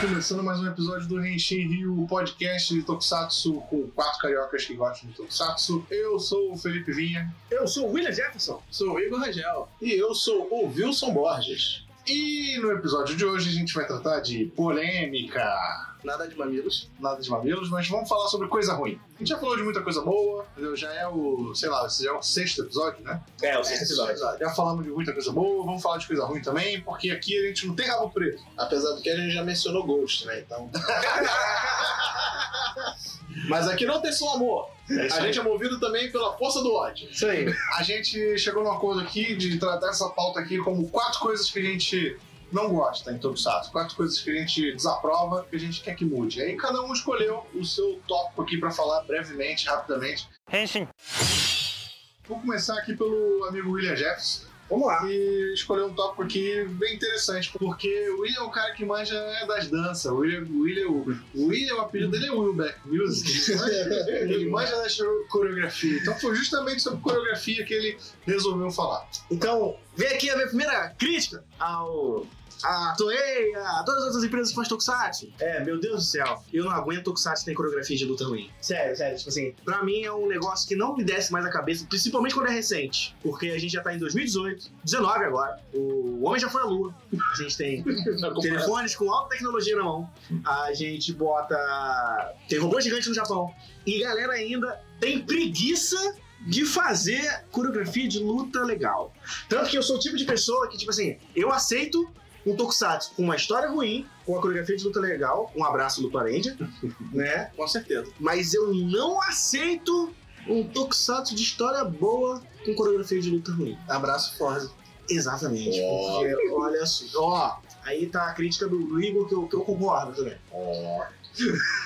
começando mais um episódio do Renshin Rio, podcast de Tokusatsu com quatro cariocas que gostam de Tokusatsu. Eu sou o Felipe Vinha. Eu sou o William Jefferson. Sou o Igor Rangel. E eu sou o Wilson Borges. E no episódio de hoje a gente vai tratar de polêmica. Nada de mamilos. nada de mamilos, mas vamos falar sobre coisa ruim. A gente já falou de muita coisa boa, entendeu? já é o, sei lá, esse já é o sexto episódio, né? É, o sexto episódio. Já falamos de muita coisa boa, vamos falar de coisa ruim também, porque aqui a gente não tem rabo preto. Apesar do que a gente já mencionou Ghost, né? Então. Mas aqui não tem só amor. a gente é movido também pela força do ódio. Isso aí. A gente chegou num acordo aqui de tratar essa pauta aqui como quatro coisas que a gente não gosta em Tokusatsu, quatro coisas que a gente desaprova, que a gente quer que mude. Aí cada um escolheu o seu tópico aqui pra falar brevemente, rapidamente. Henshin. Vou começar aqui pelo amigo William Jefferson. Vamos lá. e escolheu um tópico aqui bem interessante, porque o William é o cara que manja é das danças. O William, o William, o William, o apelido dele é Will Back Music. Ele manja- Ele manja das coreografia. Então foi justamente sobre coreografia que ele resolveu falar. Então, vem aqui a minha primeira crítica ao. A Toei, a todas as outras empresas que fazem Tokusatsu. É, meu Deus do céu. Eu não aguento Tokusatsu tem coreografia de luta ruim. Sério, sério. Tipo assim, pra mim é um negócio que não me desce mais a cabeça, principalmente quando é recente. Porque a gente já tá em 2018, 19 agora. O homem já foi à lua. A gente tem telefones com alta tecnologia na mão. A gente bota. Tem robô gigante no Japão. E galera ainda tem preguiça de fazer coreografia de luta legal. Tanto que eu sou o tipo de pessoa que, tipo assim, eu aceito um tokusatsu com uma história ruim, com uma coreografia de luta legal, um abraço do Ranger, né? Com certeza. Mas eu não aceito um tokusatsu de história boa com coreografia de luta ruim. Abraço Forza. Exatamente. Ó. Porque, olha só, ó, aí tá a crítica do, do Igor que eu, que eu concordo também.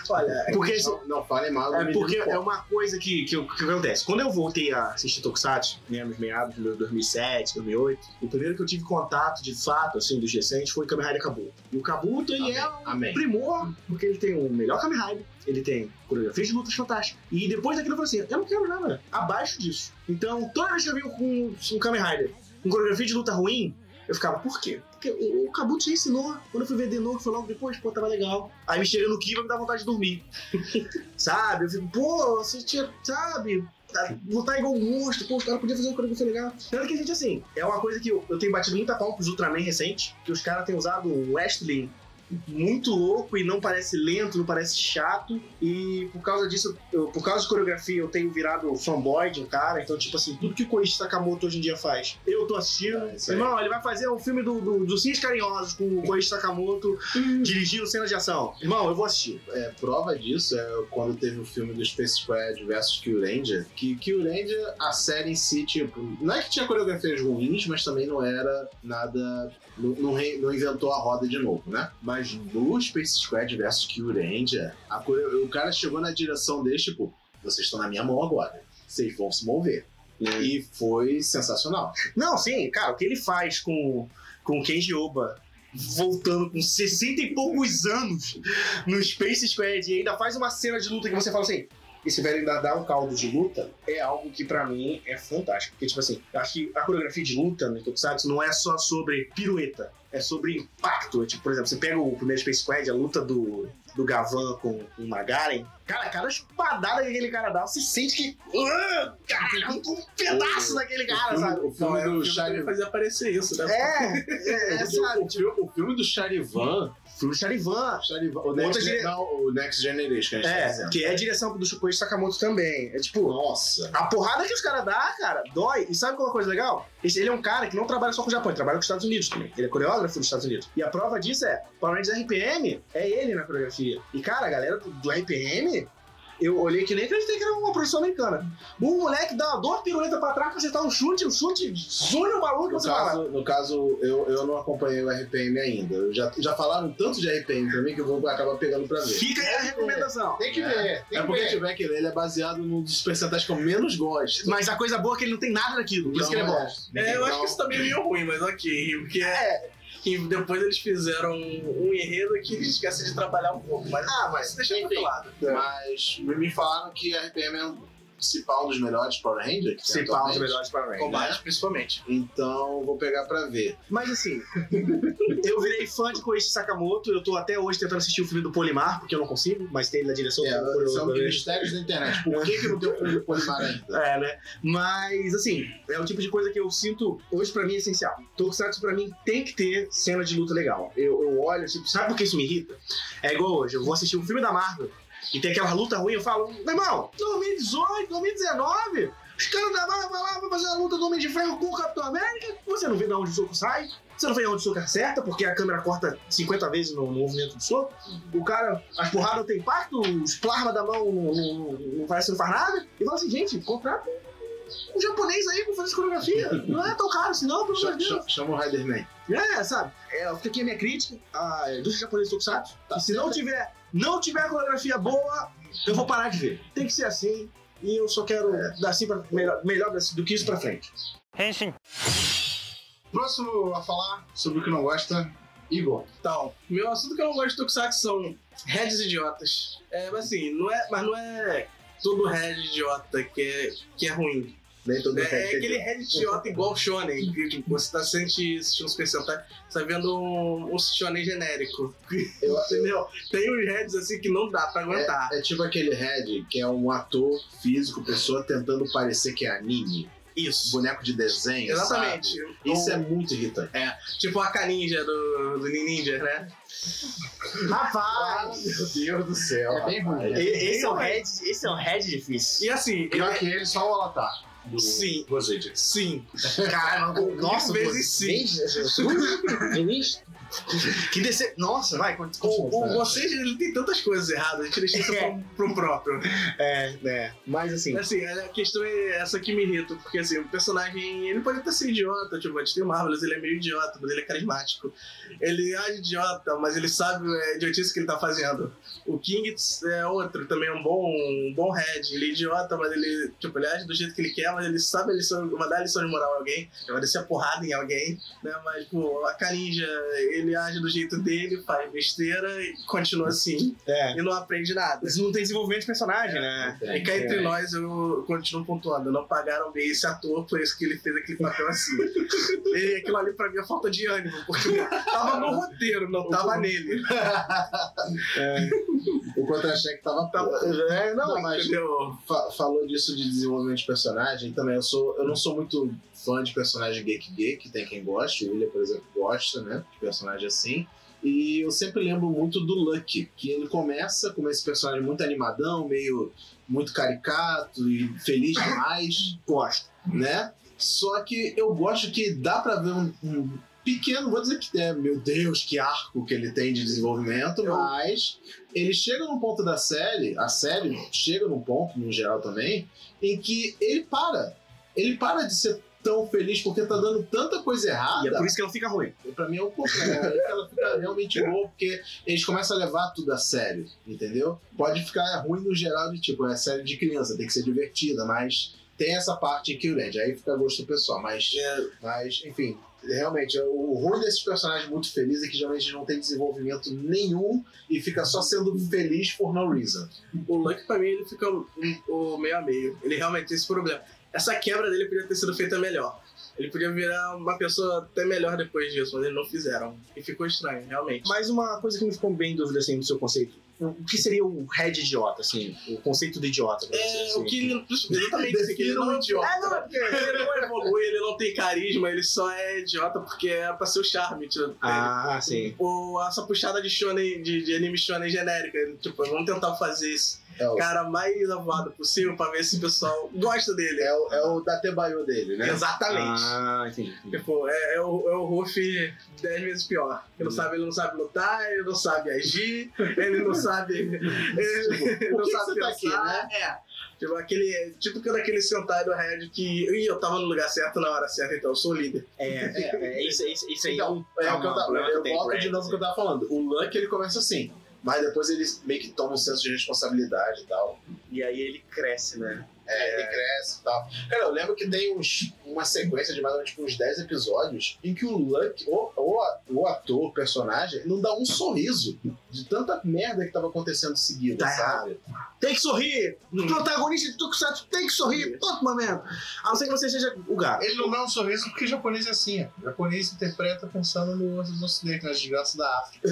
Olha, é Porque não- esse- É, não, fale mal do É menino porque pobre. é uma coisa que, que, eu- que acontece. Quando eu voltei a assistir Tokusatsu, né, nos meados de 2007, 2008, o primeiro que eu tive contato, de fato, assim, dos recentes, foi Kamen Rider Kabuto. E o Kabuto, ele é Amém. primor, porque ele tem o melhor Kamen Rider, ele tem coreografias de lutas fantásticas. E depois daquilo eu falei assim, eu não quero nada abaixo disso. Então, toda vez que eu vi um, um Kamen Rider com coreografia de luta ruim, eu ficava, por quê? Porque o, o Kabuto já ensinou, quando eu fui ver de novo, foi logo depois, pô, tava legal. Aí me chega no Kiva, me dá vontade de dormir. sabe? Eu fico, pô, você tinha, sabe? tá- Lutar igual um monstro, pô, os caras podiam fazer uma coreografia legal. Tanto que a gente, assim, é uma coisa que eu, eu tenho batido muita palma pros Ultraman recente, que os caras têm usado o wrestling muito louco e não parece lento, não parece chato. E por causa disso, eu- por causa de coreografia, eu tenho virado fanboy de um cara. Então, tipo assim, tudo que o Koichi Sakamoto hoje em dia faz, eu tô assistindo. É, isso aí. Irmão, ele vai fazer um filme do, do, dos Cinhos Carinhosos com o Koichi Sakamoto dirigindo cena de ação. Irmão, eu vou assistir. É, prova disso é quando teve o filme do Space Squad versus Kill Ranger, que Kill Ranger, a série em si, tipo, não é que tinha coreografias ruins, mas também não era nada. Não, não re- não inventou a roda de novo, né? Mas no Space Squad versus Kill Ranger, a core- o cara chegou na direção dele, tipo, vocês estão na minha mão agora, vocês vão se mover. E foi sensacional. Não, sim, cara, o que ele faz com, com o Kenji Oba voltando com 60 e poucos anos no Space Squad e ainda faz uma cena de luta que você fala assim. Esse velho ainda dá um caldo de luta é algo que pra mim é fantástico. Porque, tipo assim, eu acho que a coreografia de luta no Tokusatsu não é só sobre pirueta, é sobre impacto. É tipo, por exemplo, você pega o primeiro Space Squad, a luta do, do Gavan com o Magaren. Cara, cada espadada que aquele cara dá, você sente que. Ah, Caralho, arrancou um pedaço daquele O cara, filme- sabe? o filme do Shire- fazer aparecer isso, né? É, é, é sabe? o filme- o filme do Charivan Filme Charivan. Charivan- O Next, Outra Gen- dire- não, o Next Generation, que a gente tá É, dizendo. que é a direção do Shukoichi Sakamoto também. É tipo, Nossa. a porrada que os caras dá, cara, dói. E sabe qual é uma coisa legal? Esse- Ele é um cara que não trabalha só com o Japão, ele trabalha com os Estados Unidos também. Ele é coreógrafo dos Estados Unidos. E a prova disso é, Power Rangers RPM é ele na coreografia. E, cara, a galera do, do RPM... Eu olhei que nem acreditei que era uma profissão americana. Um moleque dá duas piruletas pra trás pra acertar um chute, um chute, zune o maluco, No você fala. caso, no caso eu, eu não acompanhei o RPM ainda. Eu já, já falaram tanto de RPM pra mim que eu vou acabar pegando pra ver. Fica aí a recomendação. Tem que ver, tem É que porque ver. tiver que ler, ele é baseado num dos percentuais que eu menos gosto. Mas a coisa boa é que ele não tem nada daquilo, por isso que ele é Então, bom. É, eu acho que isso também é meio ruim, mas ok. Porque é. que depois eles fizeram um enredo que eles esquecem de trabalhar um pouco. Mas Ah, mas isso deixa pra outro lado. Mas me me falaram que RPM é um se pá, um dos melhores Power Rangers. que tem Se pá, um dos atualmente. né? melhores Power Rangers. Combate, principalmente. Então vou pegar pra ver. Mas assim, eu virei fã de Koichi Sakamoto, eu tô até hoje tentando assistir o filme do Polimar, porque eu não consigo, mas tem na direção É, do Kuro- são os Kuro- mistérios da internet. Por que, que não tem o filme do Polimar ainda? É, né? Mas, assim, é o tipo de coisa que eu sinto hoje pra mim é essencial. Tokusatsu pra mim tem que ter cena de luta legal. Eu, eu olho, tipo, sabe por que isso me irrita? É igual hoje, eu vou assistir um filme da Marvel e tem aquela luta ruim, eu falo, meu irmão, 2018, 2019, os caras da Marvel vão lá pra fazer uma luta do Homem de Ferro com o Capitão América, você não vê de onde o soco sai. Você não vê onde o soco acerta, porque a câmera corta 50 vezes no movimento do soco. O cara, as porradas não tem impacto, os plasma da mão não, não, não parece que não faz nada. E fala assim, gente, contrata um japonês aí pra fazer essa coreografia. Não é tão caro assim, não, pelo amor Ch- de Deus. ch- Chama o Rider Man. É, sabe? É, fica aqui a minha crítica à indústria japonesa do Tokusatsu. que se não tiver, não tiver a coreografia boa, eu vou parar de ver. Tem que ser assim. E eu só quero dar assim pra, melhor, melhor do que isso pra frente. Próximo a falar sobre o que não gosta, Igor. Então, meu assunto que eu não gosto de Tokusatsu são heads idiotas. É, mas assim, não é, mas não é todo head idiota que é, que é ruim. Nem todo É, mundo quer é aquele entender. head idiota igual Shonen, que tipo, você tá sente assistindo Super Sentai, você tá vendo um, um Shonen genérico. Eu- Entendeu? Tem uns heads assim que não dá pra aguentar. É tipo aquele head que é um ator físico, pessoa tentando parecer que é anime, Isso. boneco de desenho. Exatamente. sabe? Isso Ou- é muito irritante. Tipo a Kaninja do, do Ninja, né? Ah, Rapaz! meu Deus do céu. É bem ruim, rapaz. né? Esse é um head, esse é um head difícil. E assim, eu- Pior que ele, só o Alatar. Do... Sim. Gozid. sim. Caramba, nossa, Mil vezes você- sim. Jesus. que descer. Nossa, vai, O, continua. o, vocês ele tem tantas coisas erradas, a gente deixa isso É. pro, pro próprio. É, é. Mas assim, Assim, a questão é essa que me irrita, porque assim, o personagem, ele pode até ser idiota, tipo, a gente tem o Marvelous, ele é meio idiota, mas ele é carismático. Ele é idiota, mas ele sabe a idiotice que ele tá fazendo. O King é outro, também é um bom, um bom head, ele é idiota, mas ele, tipo, ele age do jeito que ele quer, mas ele sabe a lição, mandar a lição de moral a alguém, ele vai descer a porrada em alguém, né, mas, pô, a Karinja, ele age do jeito dele, faz besteira e continua assim, é. e não aprende nada. Mas não tem desenvolvimento de personagem, né? E cá É. entre nós, eu continuo pontuando. Não pagaram bem esse ator, por isso que ele fez aquele papel assim. e aquilo ali pra mim é falta de ânimo, porque tava no roteiro, não tava nele. O contra-cheque tava. É, Não, mas Entendeu? fa- falou disso de desenvolvimento de personagem também. Eu, sou, eu não sou muito fã de personagem geek geek, tem quem goste. O William, por exemplo, gosta, né? De personagem assim. E eu sempre lembro muito do Lucky, que ele começa como esse personagem muito animadão, meio muito caricato e feliz demais, gosto. né? Só que eu gosto que dá pra ver um, um pequeno, vou dizer que é, meu Deus, que arco que ele tem de desenvolvimento, mas ele chega num ponto da série, a série chega num ponto, no geral também, em que ele para. Ele para de ser tão feliz porque tá dando tanta coisa E é errada. por isso que ela fica ruim. Pra mim é um pouco, né? Ela fica realmente boa porque eles começam a levar tudo a sério, entendeu? Pode ficar ruim no geral de tipo, é série de criança, tem que ser divertida, mas tem essa parte em que o Ned, aí fica gosto pessoal, mas, mas enfim, realmente, o ruim desses personagens muito felizes é que geralmente eles não tem desenvolvimento nenhum e fica só sendo feliz por no reason. O Lucky, pra mim, ele fica um- o meio a meio. Ele realmente tem esse problema. Essa quebra dele podia ter sido feita melhor. Ele podia virar uma pessoa até melhor depois disso, mas eles não fizeram. E ficou estranho, realmente. Mas uma coisa que me ficou bem em dúvida, assim, do seu conceito. O que seria o head idiota, assim? O conceito de idiota, pra você, É, assim? o que ele. Exatamente isso, que ele não é idiota. Ah, não, porque... Ele não evolui, ele não tem carisma, ele só é idiota porque é pra ser o charme. Tipo, Ah, sim. Ou essa puxada de shonen, de, de anime shonen genérica. Tipo, vamos tentar fazer esse É o, cara mais avoado possível pra ver se o pessoal gosta dele. é o, é o Datebayo dele, né? Exatamente. Ah, entendi. entendi. Tipo, é, é o, é o Ruffy 10 vezes pior. Ele não, Hum. sabe, ele não sabe lutar, ele não sabe agir, ele não sabe. Ele, ele por não que sabe você tá aqui, pensar. É. Tipo, aquele, tipo que daquele sentai do Red que. Ih, eu tava no lugar certo na hora certa, então eu sou o líder. É, é, é isso, é isso, é isso aí. Então, é o que eu, Tá, tava, mano, eu tem volto de brand, novo o que eu tava falando. O Luck ele começa assim, mas depois ele meio que toma um senso de responsabilidade e tal. E aí ele cresce, né? É, ele cresce e tal. Cara, eu lembro que tem uns, um- uma sequência de mais ou menos tipo, uns 10 episódios em que o Luck, o, o, o ator, o personagem, não dá um sorriso de tanta merda que tava acontecendo seguida, Tá sabe? Tem que sorrir! O protagonista de Tokusatsu tem que sorrir todo momento! A não ser que você seja o gato. Ele não dá um sorriso porque japonês é assim. ó. japonês interpreta pensando no, no ocidente, nas desgraças da África.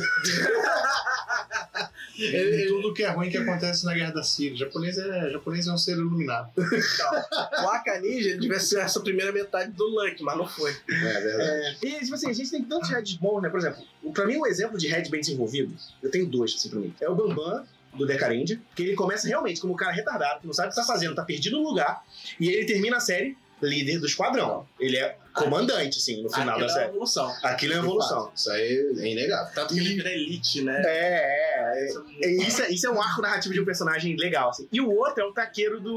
Ele- E tudo que é ruim que acontece na guerra da Síria. Japonês é, japonês é um ser iluminado. O Aka Ninja devia ser essa primeira metade do Luck, mas não foi. É verdade. E, tipo assim, a gente tem tantos heads bons, né? Por exemplo, o- pra mim, um exemplo de head bem desenvolvido, eu tenho dois, assim, pra mim. É o Bambam, do Decarendia, que ele começa realmente como um cara retardado, que não sabe o que tá fazendo, tá perdido no lugar, e ele termina a série líder do esquadrão. Ele é comandante, assim, no final da Aquela série. evolução. Aquilo é uma evolução. Isso aí é inegável. Tanto que ele vira elite, né? É, é, é. Isso É, Isso é, isso é um arco narrativo de um personagem legal, assim. E o outro é o taqueiro do.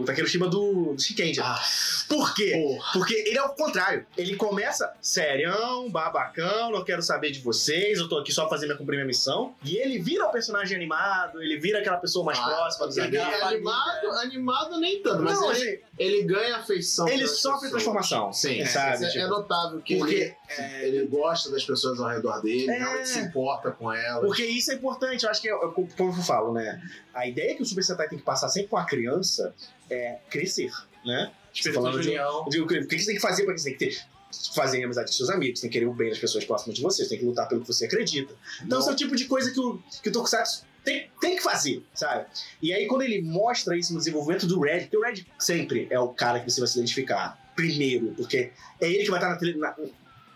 O taqueiro Shiba do, do Shikenja. Ah. Por quê? Porra. Porque ele é o contrário. Ele começa serião, babacão, não quero saber de vocês, eu tô aqui só fazendo cumprir minha missão. E ele vira o personagem animado, ele vira aquela pessoa mais Ah, próxima dos Ele amigos. é animado, animado nem tanto, mas né? Não, ele, assim, ele ganha afeição. ele pelas sofre pessoas. transformação. Sim, é, é, sabe? é, tipo, notável que Porque- ele, é, ele gosta das pessoas ao redor dele, É. realmente se importa com elas. Porque isso é importante, eu acho que é, é como eu falo, né? A ideia que o Super Sentai tem que passar sempre com a criança é crescer, né? Espírito Falando de de- união. O que o que você tem que fazer para que você tem que ter? Fazer amizade com seus amigos, tem que querer o bem das pessoas próximas de você, você tem que lutar pelo que você acredita. Então, esse é o tipo de coisa que o, que o Tokusatsu tem, tem que fazer, sabe? E aí, quando ele mostra isso no desenvolvimento do Red, porque o Red sempre é o cara que você vai se identificar primeiro, porque é ele que vai estar na, tele- na,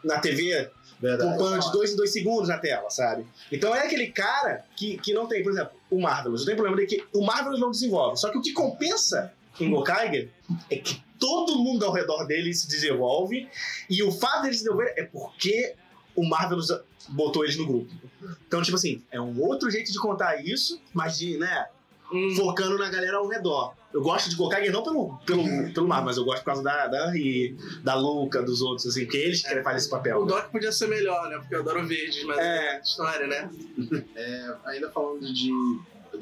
na TV Verdade. poupando de dois em dois segundos na tela, sabe? Então é aquele cara que, que não tem, por exemplo, o Marvelous. Eu tenho problema de que o Marvelous não desenvolve. Só que o que compensa em Gokaiger é que todo mundo ao redor dele se desenvolve. E o fato deles se desenvolver é porque o Marvelous botou eles no grupo. Então, tipo assim, é um outro jeito de contar isso, mas de, né, um- focando na galera ao redor. Eu gosto de Gokaiger não pelo, pelo, pelo Marvel, mas eu gosto por causa da, da Ri, da Luca, dos outros, assim, porque eles querem fazer esse papel. né? O um Doc podia ser melhor, né? Porque eu adoro verdes, mas É. é outra história, né? Ainda falando de.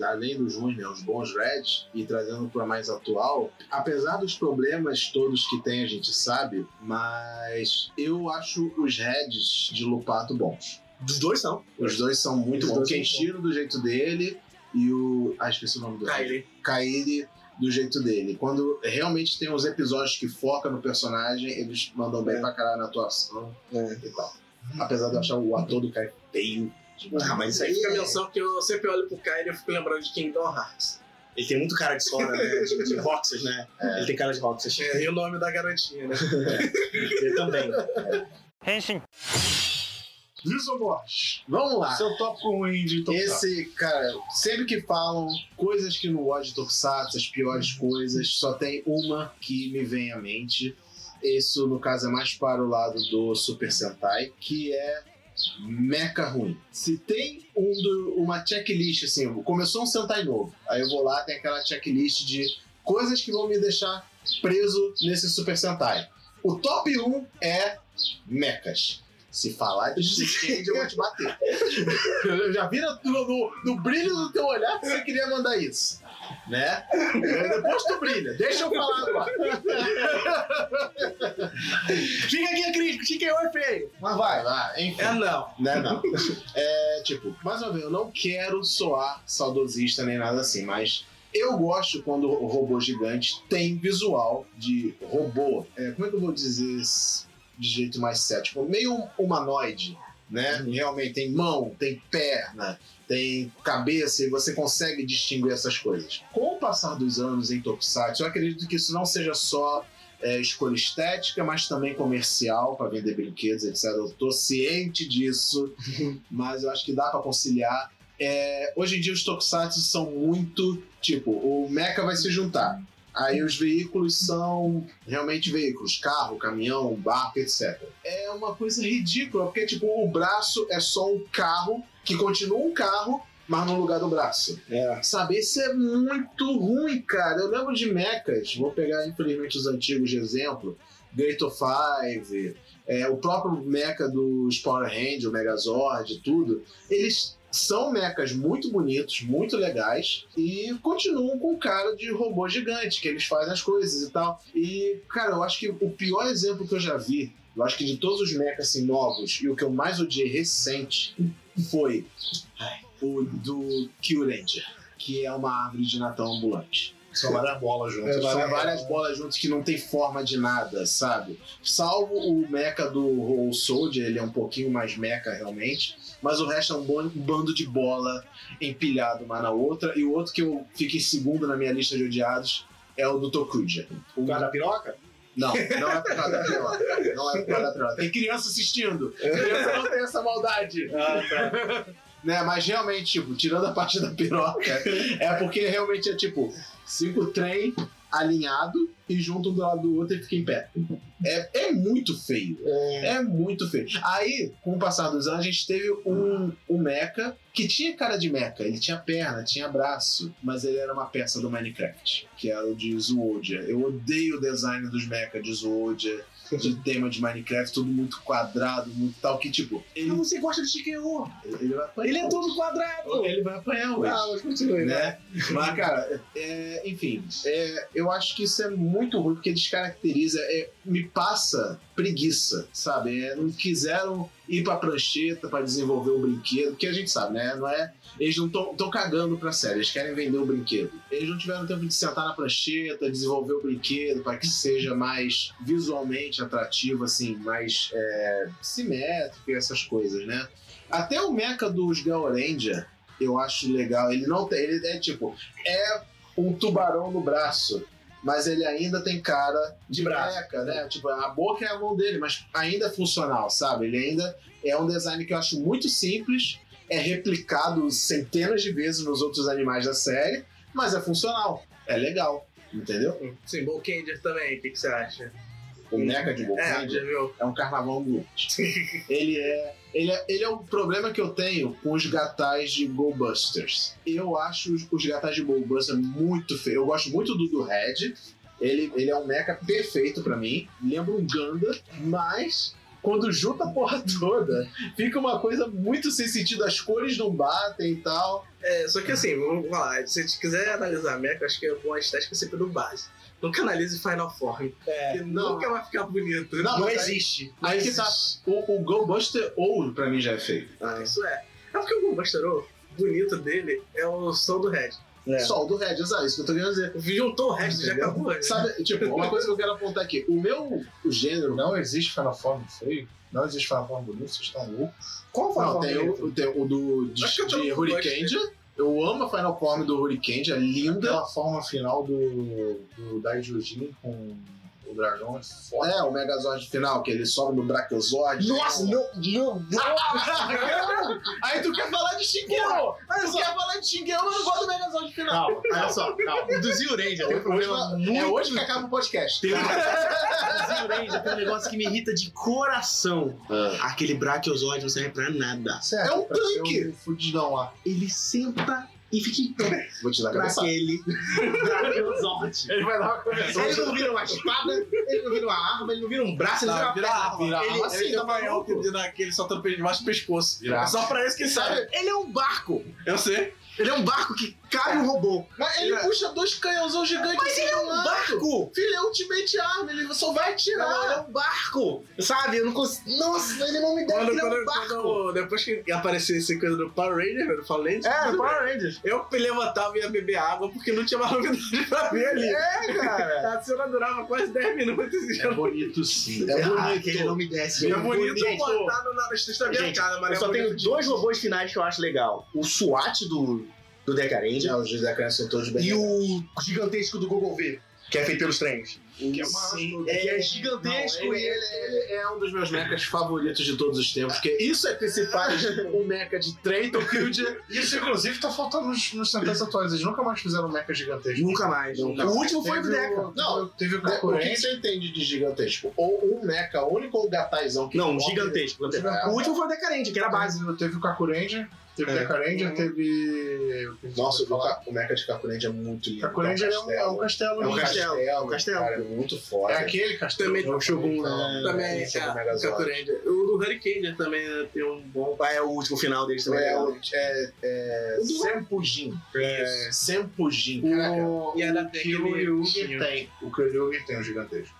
Além dos ruins, né, os bons Reds, e trazendo para mais atual, apesar dos problemas todos que tem, a gente sabe, mas eu acho os Reds de Lupato bons. Dos dois são. Os dois são muito Os bons. dois O são Kenshiro do jeito dele e o. Ah, esqueci o nome do Kylie. Kairi do jeito dele. Quando realmente tem uns episódios que foca no personagem, eles mandam É. bem pra caralho na atuação e tal. Apesar de eu achar o ator do Kairi feio. Ah, mas isso Aí aí fica a fica meio... menção que eu sempre olho pro Kylie e eu fico lembrando de Kingdom Hearts. Ele tem muito cara de soda, né? Tipo de Roxas, né? Ele tem cara de Roxas. É, e o nome da garotinha, né? Ele também. Wilson Borges. Vamos lá. Seu tópico ruim de Tokusatsu. Tá. Esse, cara, sempre que falam coisas que não gosto de Tokusatsu, as piores coisas, só tem uma que me vem à mente. Isso, no caso, é mais para o lado do Super Sentai, que é meca ruim. Se tem um do- uma checklist, assim, começou um Sentai novo, aí eu vou lá, tem aquela checklist de coisas que vão me deixar preso nesse Super Sentai. O top 1 é mechas. Se falar de Shikenja, eu vou te bater. Eu já vi no, no- no brilho do teu olhar que você queria mandar isso. Né? Depois tu brilha, deixa eu falar agora. Fica aqui a crítica, fica eu é feio. Mas vai, vai, enfim. É, não. Né, não. É, tipo, mais uma vez, eu não quero soar saudosista nem nada assim, mas eu gosto quando o robô gigante tem visual de robô. É, como é que eu vou dizer isso de jeito mais certo? Tipo, meio humanoide, né? Realmente tem mão, tem perna, tem cabeça e você consegue distinguir essas coisas. Com o passar dos anos em Tokusatsu, eu acredito que isso não seja só é, escolha estética, mas também comercial para vender brinquedos, etc. Eu tô ciente disso, mas eu acho que dá para conciliar. É, hoje em dia os tokusatsu são muito tipo o mecha vai se juntar. Aí os veículos são realmente veículos, carro, caminhão, barco, etc. É uma coisa ridícula, porque tipo, o braço é só um carro que continua um carro, mas no lugar do braço. É. Sabe, isso é muito ruim, cara. Eu lembro de mechas, vou pegar infelizmente os antigos de exemplo, Gate of Five, é, o próprio mecha dos Power Rangers, o Megazord, tudo. Eles São mechas muito bonitos, muito legais, e continuam com cara de robô gigante, que eles fazem as coisas e tal. E, cara, eu acho que o pior exemplo que eu já vi, eu acho que de todos os mechas assim, novos, e o que eu mais odiei recente, foi ai, o do Kill Ranger, que é uma árvore de Natal ambulante. São várias bolas juntas. É, São várias- várias bolas juntas que não tem forma de nada, sabe? Salvo o mecha do Roll Soldier, ele é um pouquinho mais mecha realmente. Mas o resto é um bon- um bando de bola empilhado uma na outra. E o outro que eu fiquei segundo na minha lista de odiados é o do Tokuja. O- Guarda a piroca? Não, não é por causa da piroca. Não é por causa da piroca. Tem criança assistindo. Criança não tem essa maldade Ah, tá. né? Mas realmente, tipo, tirando a parte da piroca, é porque realmente é tipo, cinco trem alinhado e junto um do lado do outro e fica em pé. É, é muito feio. É muito feio. Aí, com o passar dos anos, a gente teve um, um mecha que tinha cara de mecha. Ele tinha perna, tinha braço, mas ele era uma peça do Minecraft, que era o de Zoodia. Eu odeio o design dos mechas de Zoodia, de tema de Minecraft, tudo muito quadrado, muito tal, que tipo, Então ele, você gosta do Chiqueiro? ele vai apanhar. Ele é todo quadrado! Ele vai apanhar hoje. Ah, mas continue, né? Mas, cara, é, enfim, é, eu acho que isso é muito ruim, porque descaracteriza, é, me passa preguiça, sabe? É, não quiseram ir pra prancheta pra desenvolver o brinquedo, que a gente sabe, né? Não é, eles não estão cagando pra série, eles querem vender o brinquedo. Eles não tiveram tempo de sentar na prancheta, desenvolver o brinquedo para que seja mais visualmente atrativo, assim, mais é, simétrico e essas coisas, né? Até o mecha dos Gaoranger, eu acho legal. Ele não tem, ele é tipo, é um tubarão no braço, mas ele ainda tem cara de braço. breca, né? Tipo, a boca é a mão dele, mas ainda é funcional, sabe? Ele ainda é um design que eu acho muito simples, é replicado centenas de vezes nos outros animais da série, mas é funcional, é legal, entendeu? Sim, Bolkanger também, o que, que você acha? O Mecha de É, Volcândia já viu? é um carnaval ambulante. ele é. Ele é, ele é o problema que eu tenho com os gatais de Go Busters. Eu acho os, os gatais de Go Buster muito feio. Eu gosto muito do do Red. Ele, ele é um mecha perfeito pra mim. Lembra um Ganda, mas quando junta a porra toda, fica uma coisa muito sem sentido. As cores não batem e tal. É, só que assim, vamos falar, se você quiser analisar a Mecha, acho que é uma estética sempre do base. Nunca analise Final Form. É. porque nunca vai ficar bonito. Não, Não mas aí- existe. Aí que tá. O, o Go Buster Ouro pra mim já é feio. Ah, isso é. É porque o Busterou, bonito dele, é o som do Red. É. Só o do Red, exato. Isso que eu tô querendo dizer. Juntou o é resto, já Entendeu? acabou. né? Sabe, tipo, uma coisa que eu quero apontar aqui. O meu gênero Não existe Final Form feio. Não existe Final Form bonito, vocês estão loucos. Qual Final Não, Form tem bonito? o, tem o do de, Acho que eu de não Hurricane. Eu amo a Final Form do Hurricane, é linda. né? Aquela forma final do, do Daijujin com o dragão é foda. É, o Megazord final, que ele sobe no Brachiosaurus. não, não, não. Aí tu quer falar de Shingeo! Tu quer falar de Shingeo, eu não gosto do Megazord final. Calma, olha só, calma. Do Zilranger, tem um Hoje, problema muito... é hoje que acaba o podcast. Tem um... Zilranger tem um negócio que me irrita de coração. Aquele Brachiozoid não serve pra nada. Certo, É um pra ser tanque. um fudidão lá. Ele senta e fica em pé Vou te dar a pra cabeça. aquele Brachiozoid. Ele vai dar uma conversa. Ele não vira uma espada, ele não vira uma arma, ele não vira um braço, ele não, Não, vira uma perna. vira ele, arma ele, sim, Ele tá também é o maluco. que naquele só tampinha debaixo do pescoço. Virar. É só pra isso que sabe. sabe? Ele é um barco. Eu sei. Ele é um barco que cabe um robô. Mas É. ele puxa dois canhãozão gigantes. Mas ele é um barco! Filho, é Ultimate Arm, ele só vai atirar. Não, ele é um barco! Sabe? Eu não consigo. Nossa, ele não me deve, Quando, ele é um quando, barco! quando- depois que apareceu essa coisa do Power Ranger, velho, falei disso, É, Power Rangers. eu me levantava e ia beber água porque não tinha mais novidade pra ver ali. É, cara. A cena durava quase 10 minutos e já É bonito sim. É bonito. Ah, que ele não me desce. É ele bonito, bonito. botado na estrada da minha Gente, cara, mas Eu é só bonito tenho de- dois robôs finais que eu acho legal. O SWAT do, do Deca Ranger Já, os José Cresce são todos bem. e o gigantesco do Google V, que é feito pelos trens. Que é uma- Sim. Ele é gigantesco Não, e ele, ele... ele- ele é um dos meus mechas favoritos de todos os tempos, porque isso é que se faz um mecha de Trayton Kildia. Isso, inclusive, tá faltando nos, nos centros atuais. Eles nunca mais fizeram um mecha gigantesco. Nunca mais. Nunca o mais. último foi o do Teve Deca. Não, teve o O que Kakuren. você entende de gigantesco? Ou um mecha único ou um gataizão que Não, envolve- gigantesco. É. O último foi o Deca Ranger, que era a base. Teve o Kakuranger, teve o É. Decarendia, Uhum. teve. o que a gente Nossa, o, vai falar? Ka- o mecha de Kakurendia é muito lindo. Kakuranger é um- é um castelo. É castelo. um castelo. um castelo. Castelo. cara, é muito foda. É aquele castelo. Também- É o Shogun, né? Também, é, esse é o Megazord. Capturanga. O do Hurricane também né, tem um bom. Ah, é o último final deles também. É, né? o- é, é, Senpujin. É, Senpujin. Caraca. O, E era o até que o aquele Yugi bichinho. tem. O que o Yugi tem, o gigantesco.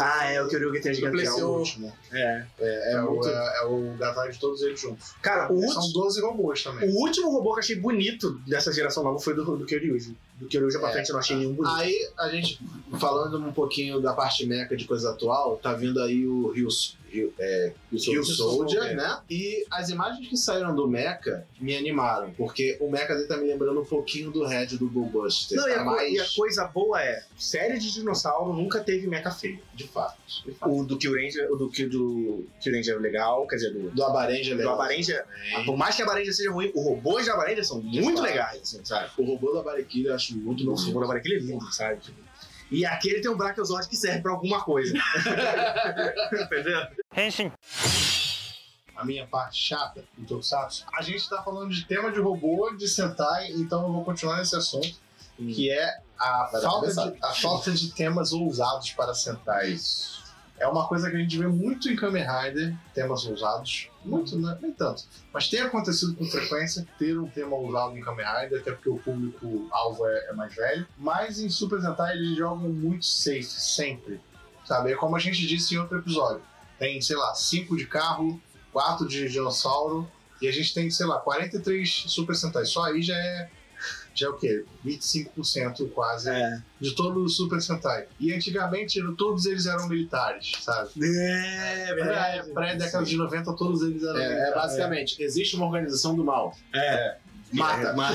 Ah, é o que o Ryuga tem Play- gigante. É Esse é o o- último. É. É, é É o- muito- é- é o Gavai de todos eles juntos. Cara, é, o, São último 12 robôs também. o último robô que eu achei bonito dessa geração nova foi do, do Kyoryuji. Do Kyoryuji pra É. frente eu não achei nenhum Ah, bonito. Aí, a gente, falando um pouquinho da parte meca de coisa atual, tá vindo aí o Rio, Rio, é, Rio Soldier, Soldier. né? E as imagens que saíram do meca me animaram, porque o meca dele tá me lembrando um pouquinho do Red do Bullbuster. Não, e tá a, co- mais e a coisa boa é, série de dinossauro nunca teve mecha feio. de fato. O do Kyuranger, o do Kyo do Kyuranger é legal, quer dizer, do, Do Abarenja, do legal. Abarenja, por mais que a Abarenja seja ruim, os robôs da Abarenja são muito legais, assim, sabe? O robô da Barequilha eu acho muito Nossa, o bonito. robô da Abarenja ele é lindo, sabe? Tipo, E aquele tem um Brachiozord que serve pra alguma coisa. Entendeu? 変身 A minha parte chata do Tokusatsu. A gente tá falando de tema de robô, de Sentai, então eu vou continuar nesse assunto, que é a Hum. Vai dar falta, pra de, a falta de temas ousados para Sentais. É uma coisa que a gente vê muito em Kamen Rider, temas ousados. Muito, né? Nem tanto. Mas tem acontecido com frequência ter um tema ousado em Kamen Rider, até porque o público-alvo é, é mais velho. Mas em Super Sentai eles jogam muito safe, sempre. Sabe? É como a gente disse em outro episódio. Tem, sei lá, cinco de carro, quatro de dinossauro, e a gente tem, sei lá, 43 Super Sentais. Só aí já é. Já é o quê? 25% quase É. de todo o Super Sentai. E antigamente todos eles eram militares, sabe? É, Pré- Pré-década de 90, todos eles eram É, é militares. basicamente, existe uma organização do mal. É, É, Mata. Mata.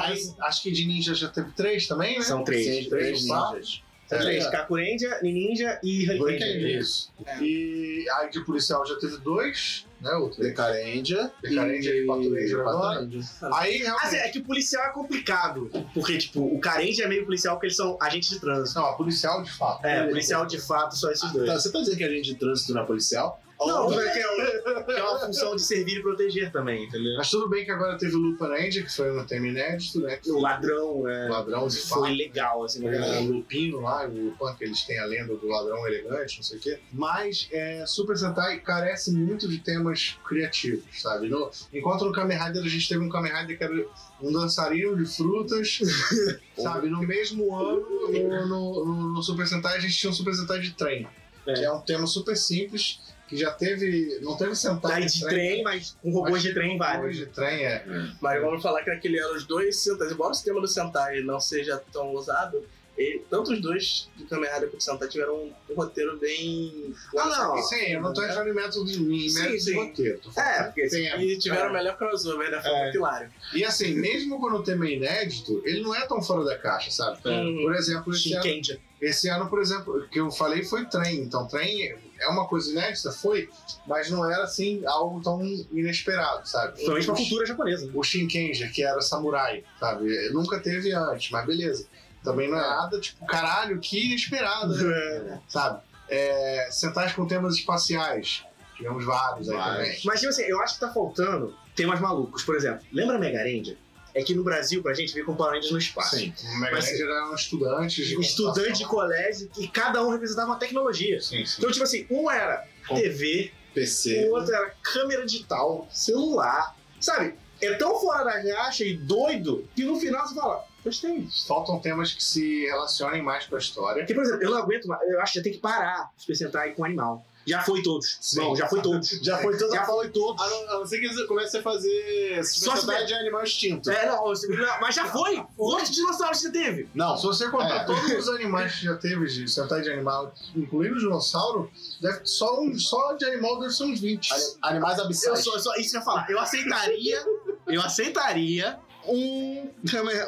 Aí, acho que de ninja já teve três também, né? São três. Tem três ninjas. É. Três, Kakurendia, Ninja e Hurricane, Hurricane. isso. E aí de policial já teve dois, né? Outro. Decarendia. Decarendia e Paturendia agora. Aí Assim, realmente. é que policial é complicado. Porque, tipo, o Carendia é meio policial porque eles são agentes de trânsito. Não, a policial de fato. É, policial de fato só esses dois. Tá, você tá dizendo que a gente de trânsito é na policial? Não, porque é, que é uma função de servir e proteger também, entendeu? Mas tudo bem que agora teve o Lupa Ranger, que foi um tema inédito, né? O ladrão é, O ladrão de fato. É. foi legal, assim, mas o Lupino lá, o Lupin, que eles têm a lenda do ladrão elegante, não sei o quê. Mas é, Super Sentai carece muito de temas criativos, sabe? No- enquanto no Kamen Rider a gente teve um Kamen Rider que era um dançarino de frutas, sabe? No mesmo ano, no, no- no- no Super Sentai, a gente tinha um Super Sentai de trem, É. que é um tema super simples, que já teve... não teve Sentai daí tá de trem, mas com robôs de trem tipo, Hoje vários. de trem é... Mas vamos falar que naquele ano os dois Sentais, embora o sistema do Sentai não seja tão usado, ele, tanto os dois de Kamen Rider quanto o Sentai tiveram um, um roteiro bem. Ah, não. Sim, eu não tô entrando em método de, em Sim, método de sim. roteiro. tô É, falando porque É. de tema. E tiveram o melhor crossover, né? Foi muito hilário. E assim, mesmo quando o tema é inédito, ele não é tão fora da caixa, sabe? É. Hum. Por exemplo, esse ano, Shinkendia. esse ano, por exemplo, que eu falei foi trem. Então, trem é uma coisa inédita, foi, mas não era assim algo tão inesperado, sabe? Principalmente pra cultura japonesa. né? O Shinkenja, que era samurai, sabe? Nunca teve antes, mas beleza. Também não é nada, tipo, caralho, que inesperado, né? sabe? É, centrais com temas espaciais. Tivemos vários aí Vários. também. Mas, tipo assim, eu acho que tá faltando temas malucos. Por exemplo, lembra Megarendia? É que no Brasil, pra gente, vê com Power Rangers no espaço. Sim, o Mega Mas- Ranger eram estudantes. de Estudante de computação. colégio, e cada um representava uma tecnologia. Sim, sim. Então, tipo assim, um era TV, PC. o outro era câmera digital, celular. Sabe? É tão fora da caixa e doido que no final você fala, gostei. Faltam temas que se relacionem mais com a história. Porque, É por exemplo, eu não aguento mais, eu acho que já tem que parar de apresentar aí com animal. Já foi todos. Sim. Não, já foi todos. Já foi toda Já foi todos. A não, a não ser que você comece a fazer Só sociedade de animal extinto. É, não, você- não, mas já foi! Quantos dinossauros você teve? Não, Se você contar É. todos os animais que já teve de sentar de animal, incluindo o dinossauro, deve- só, um, só de animal deve ser uns 20. ani- animais Eu abissais. só, só isso que eu ia falar. Eu aceitaria, eu aceitaria um,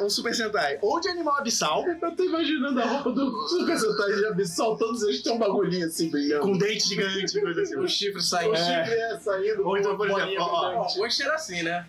um Super Sentai ou de animal abissal Eu tô imaginando a roupa do Super Sentai de abissal, todos eles têm um bagulhinho assim brilhando. com dente gigante, coisa assim. O chifre saindo. é saindo. Ou então, por exemplo, ó, Bom, hoje era assim, né?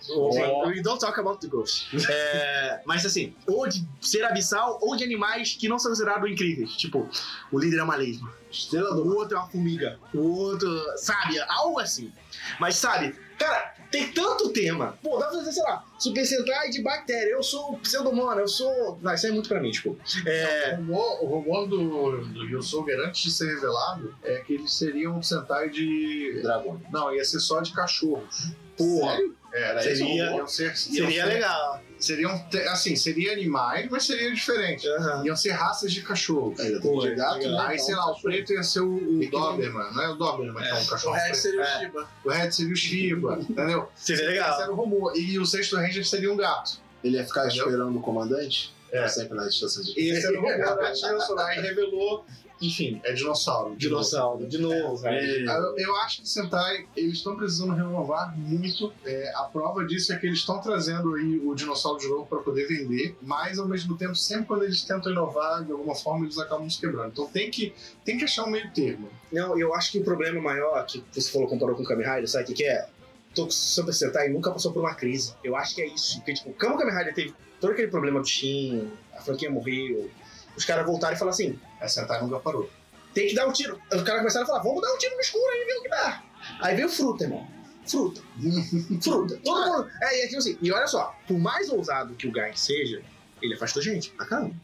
Gente, We Então, don't talk about the ghost. É, mas assim, ou de ser abissal, ou de animais que não são considerados incríveis. Tipo, o líder é uma lesma. Estrela do O outro é uma formiga. O outro. Sabe? Algo assim. Mas sabe, cara, Tem tanto tema. Pô, dá pra fazer, sei lá, Super Sentai de bactéria. Eu sou o pseudomona, eu sou. Não, isso aí é muito pra mim, tipo. É. O rumor, o rumor do, do Yusuger antes de ser revelado é que eles seriam um Sentai de. Dragão. Não, ia ser só de cachorros. Porra. Era Seria- esse o rumor. Iam ser- iam Seria ser- legal. Seriam, te- assim, seria animais, mas seria diferente. Aham. Iam ser raças de cachorro. Ainda Pô, é. tem de gato, legal. né? Aí, sei lá, o preto ia ser o, o Mickey Doberman. Não é o Doberman que é um O cachorro resto preto. seria o É. Shiba. O Red seria o Shiba, entendeu? Seria Esse legal. era o rumor. E o sexto Ranger seria um gato. Ele ia ficar Entendeu? esperando o comandante? É. Tá Sempre na distância de. E esse era o rumor antes de mencionar e revelou. Enfim, é dinossauro. de novo. Dinossauro, de novo, velho. Ah, Eu, eu acho que Sentai, eles estão precisando renovar muito. É, a prova disso é que eles estão trazendo aí o dinossauro de novo para poder vender, mas ao mesmo tempo, sempre quando eles tentam inovar, de alguma forma, eles acabam se quebrando. Então tem que, tem que achar um meio termo. Não, eu acho que o problema maior que você falou, comparou com o Kamen Rider, sabe o que, que é? Tô Super Sentai nunca passou por uma crise. Eu acho que é isso. Porque, tipo, como o Kamen Rider teve todo aquele problema do Shin, a franquia morreu, os caras voltaram e falaram assim: A Sentai nunca parou. tem que dar um tiro. Os caras começaram a falar: vamos dar um tiro no escuro aí, ver o que dá. Aí veio fruta, irmão. Fruta. fruta. Todo mundo. É, e é tipo assim. E olha só, por mais ousado que o Gain seja, ele afastou gente pra caramba.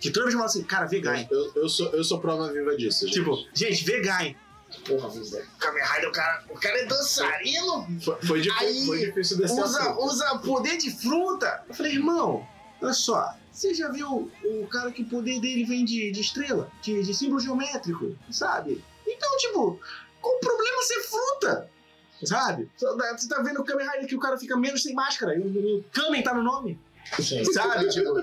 Que toda vez fala assim: cara, vê Gain. Eu, eu, sou, eu sou prova viva É. disso, gente. Tipo, gente, vê Gain. Porra, Zé. Kamen Rider, o cara, o cara é dançarino, foi, foi difícil, aí, foi difícil é descer usa, assim. usa poder de fruta. Eu falei, irmão, olha só. Você já viu o cara que o poder dele vem de, de estrela, de, de símbolo geométrico, sabe? Então, tipo, qual o problema ser fruta? Sabe? Só dá- Você tá vendo o Kamen Rider que o cara fica menos sem máscara. E o o Kamen tá no nome. Sabe? tipo.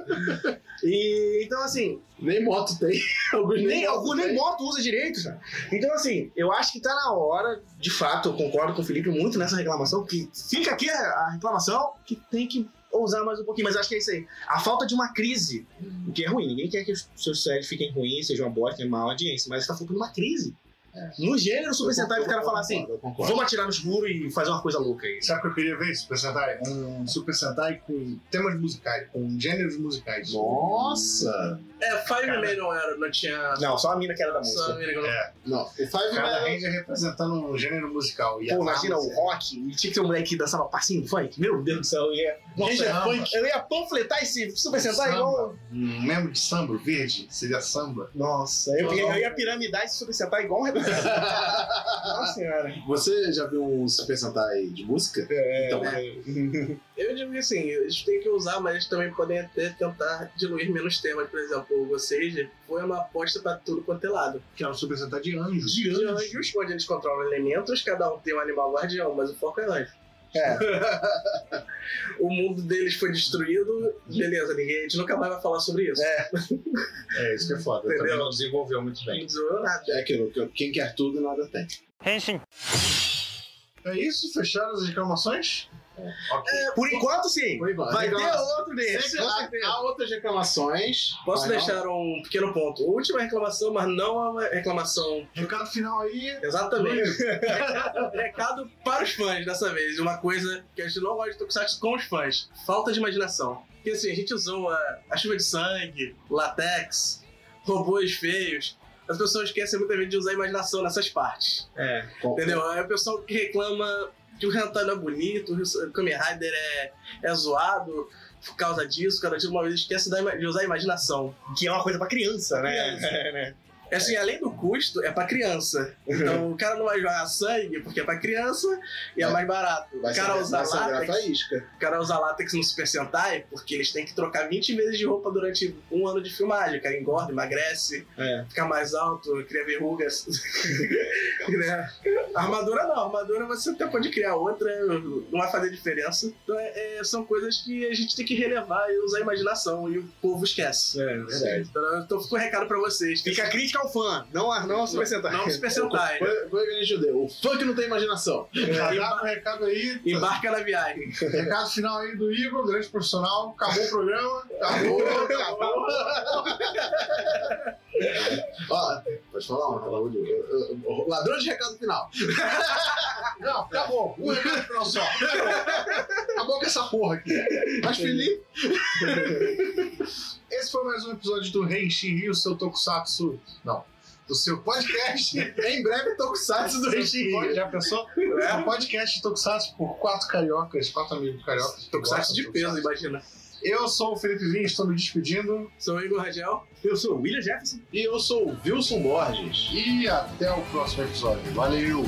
E, então, assim, Nem moto tem. Alguns nem, moto algum, nem tem. moto usa direito, sabe? Então, assim, eu acho que tá na hora, de fato, eu concordo com o Felipe muito nessa reclamação, que fica aqui a a reclamação que tem que ousar mais um pouquinho, mas acho que é isso aí. A falta de uma crise, o que é ruim. Ninguém quer que os seus séries fiquem ruins, sejam uma bosta, tenham uma audiência, mas tá faltando uma crise. No gênero Super Sentai, o cara falar assim, Eu É. concordo. vamos atirar no escuro e fazer uma coisa louca aí. Sabe o que eu queria ver? Super Sentai? Um Super Sentai com temas musicais, com gêneros musicais. Nossa! É, Five Cara. Man não era, não tinha. Não, só a mina que era da Só música. me ligou. É. Não, um o Five Cada Man Ranger representando um gênero musical. E Pô, a imagina o arma- rock, e tinha que ter um moleque que dançava passinho funk. Meu Deus do céu, e é. Nossa, Ranger não, funk. Eu ia panfletar esse Super Sentai Samba. igual. Um membro de samba verde seria samba. Nossa, eu, eu, eu ia piramidar esse Super Sentai igual um redondo. Nossa senhora. Você já viu um Super Sentai de música? É, Então, Eu digo que assim, eles têm que usar, mas eles também podem até tentar diluir menos temas. Por exemplo, o Gosseja foi uma aposta pra tudo quanto é lado. Que é um Super Sentai de anjos. De Os anjo. anjos, onde eles controlam elementos, cada um tem um animal guardião, mas o foco é anjo. É. O mundo deles foi destruído, beleza, ninguém, a gente nunca mais vai falar sobre isso. É. É, isso que é foda. Entendeu? Também não desenvolveu muito Não bem. desenvolveu nada. É aquilo, que- quem quer tudo, nada tem. É isso? Fecharam as reclamações? É. Ok. Então, Por enquanto, sim. Foi embora. Vai ter Reclama- outro desse. Sempre há, há outras reclamações. Posso mas não- deixar um pequeno ponto? Última reclamação, mas não é uma reclamação. Recado final aí. Exatamente. recado, recado para os fãs dessa vez. Uma coisa que a gente não gosta de Tokusatsu com os fãs: falta de imaginação. Porque assim, a gente usou a, a chuva de sangue, latex, robôs feios. As pessoas esquecem muitas vezes de usar a imaginação nessas partes. É. Entendeu? Aí o pessoal que reclama que o Hentai não é bonito, o Kamen Rider é, é zoado por causa disso, cada dia uma vez esquece da ima- de usar a imaginação. Que é uma coisa pra criança, né? É, né? É Assim, além do custo, é pra criança. Então o cara não vai jogar sangue porque é pra criança e é, Vai- mais barato. O Vai cara sangrar- usa vai sangrar látex, faísca. o cara usa látex no Super Sentai porque eles têm que trocar 20 vezes de roupa durante um ano de filmagem. O cara engorda, emagrece, É. fica mais alto, cria verrugas. né? Armadura não, armadura você até pode criar outra, não vai fazer diferença. Então é- é- são coisas que a gente tem que relevar e usar a imaginação, e o povo esquece. É, verdade. Então, então fica o recado pra vocês. Fica a crítica ao fã, não a, não ao Super Sentai. Não se percentar. Foi, foi o Grande Judeu. O funk não tem imaginação. Recado, É, um recado aí. Embarca na viagem. Recado final aí do Igor, grande profissional. Acabou o programa. Tá Acabou. acabou. um Ó, pode falar, mano, pelo amor de Deus. Eu- eu- eu- Ladrão de recado final. Não, acabou. Um recado final só. Acabou. Acabou com essa porra aqui. Mas, Felipe. Esse foi mais um episódio do Renshin Rio, seu Tokusatsu. Não. do seu podcast. Em breve, Tokusatsu do Pode- Regime. Já pensou? É um podcast de Tokusatsu por quatro cariocas, quatro amigos cariocas. que Tokusatsu gostam de peso, Tokusatsu. imagina. Eu sou o Felipe Vinha, estou me despedindo Sou Igor Radial. Eu sou o William Jefferson. E eu sou o Wilson Borges. e até o próximo episódio. Valeu!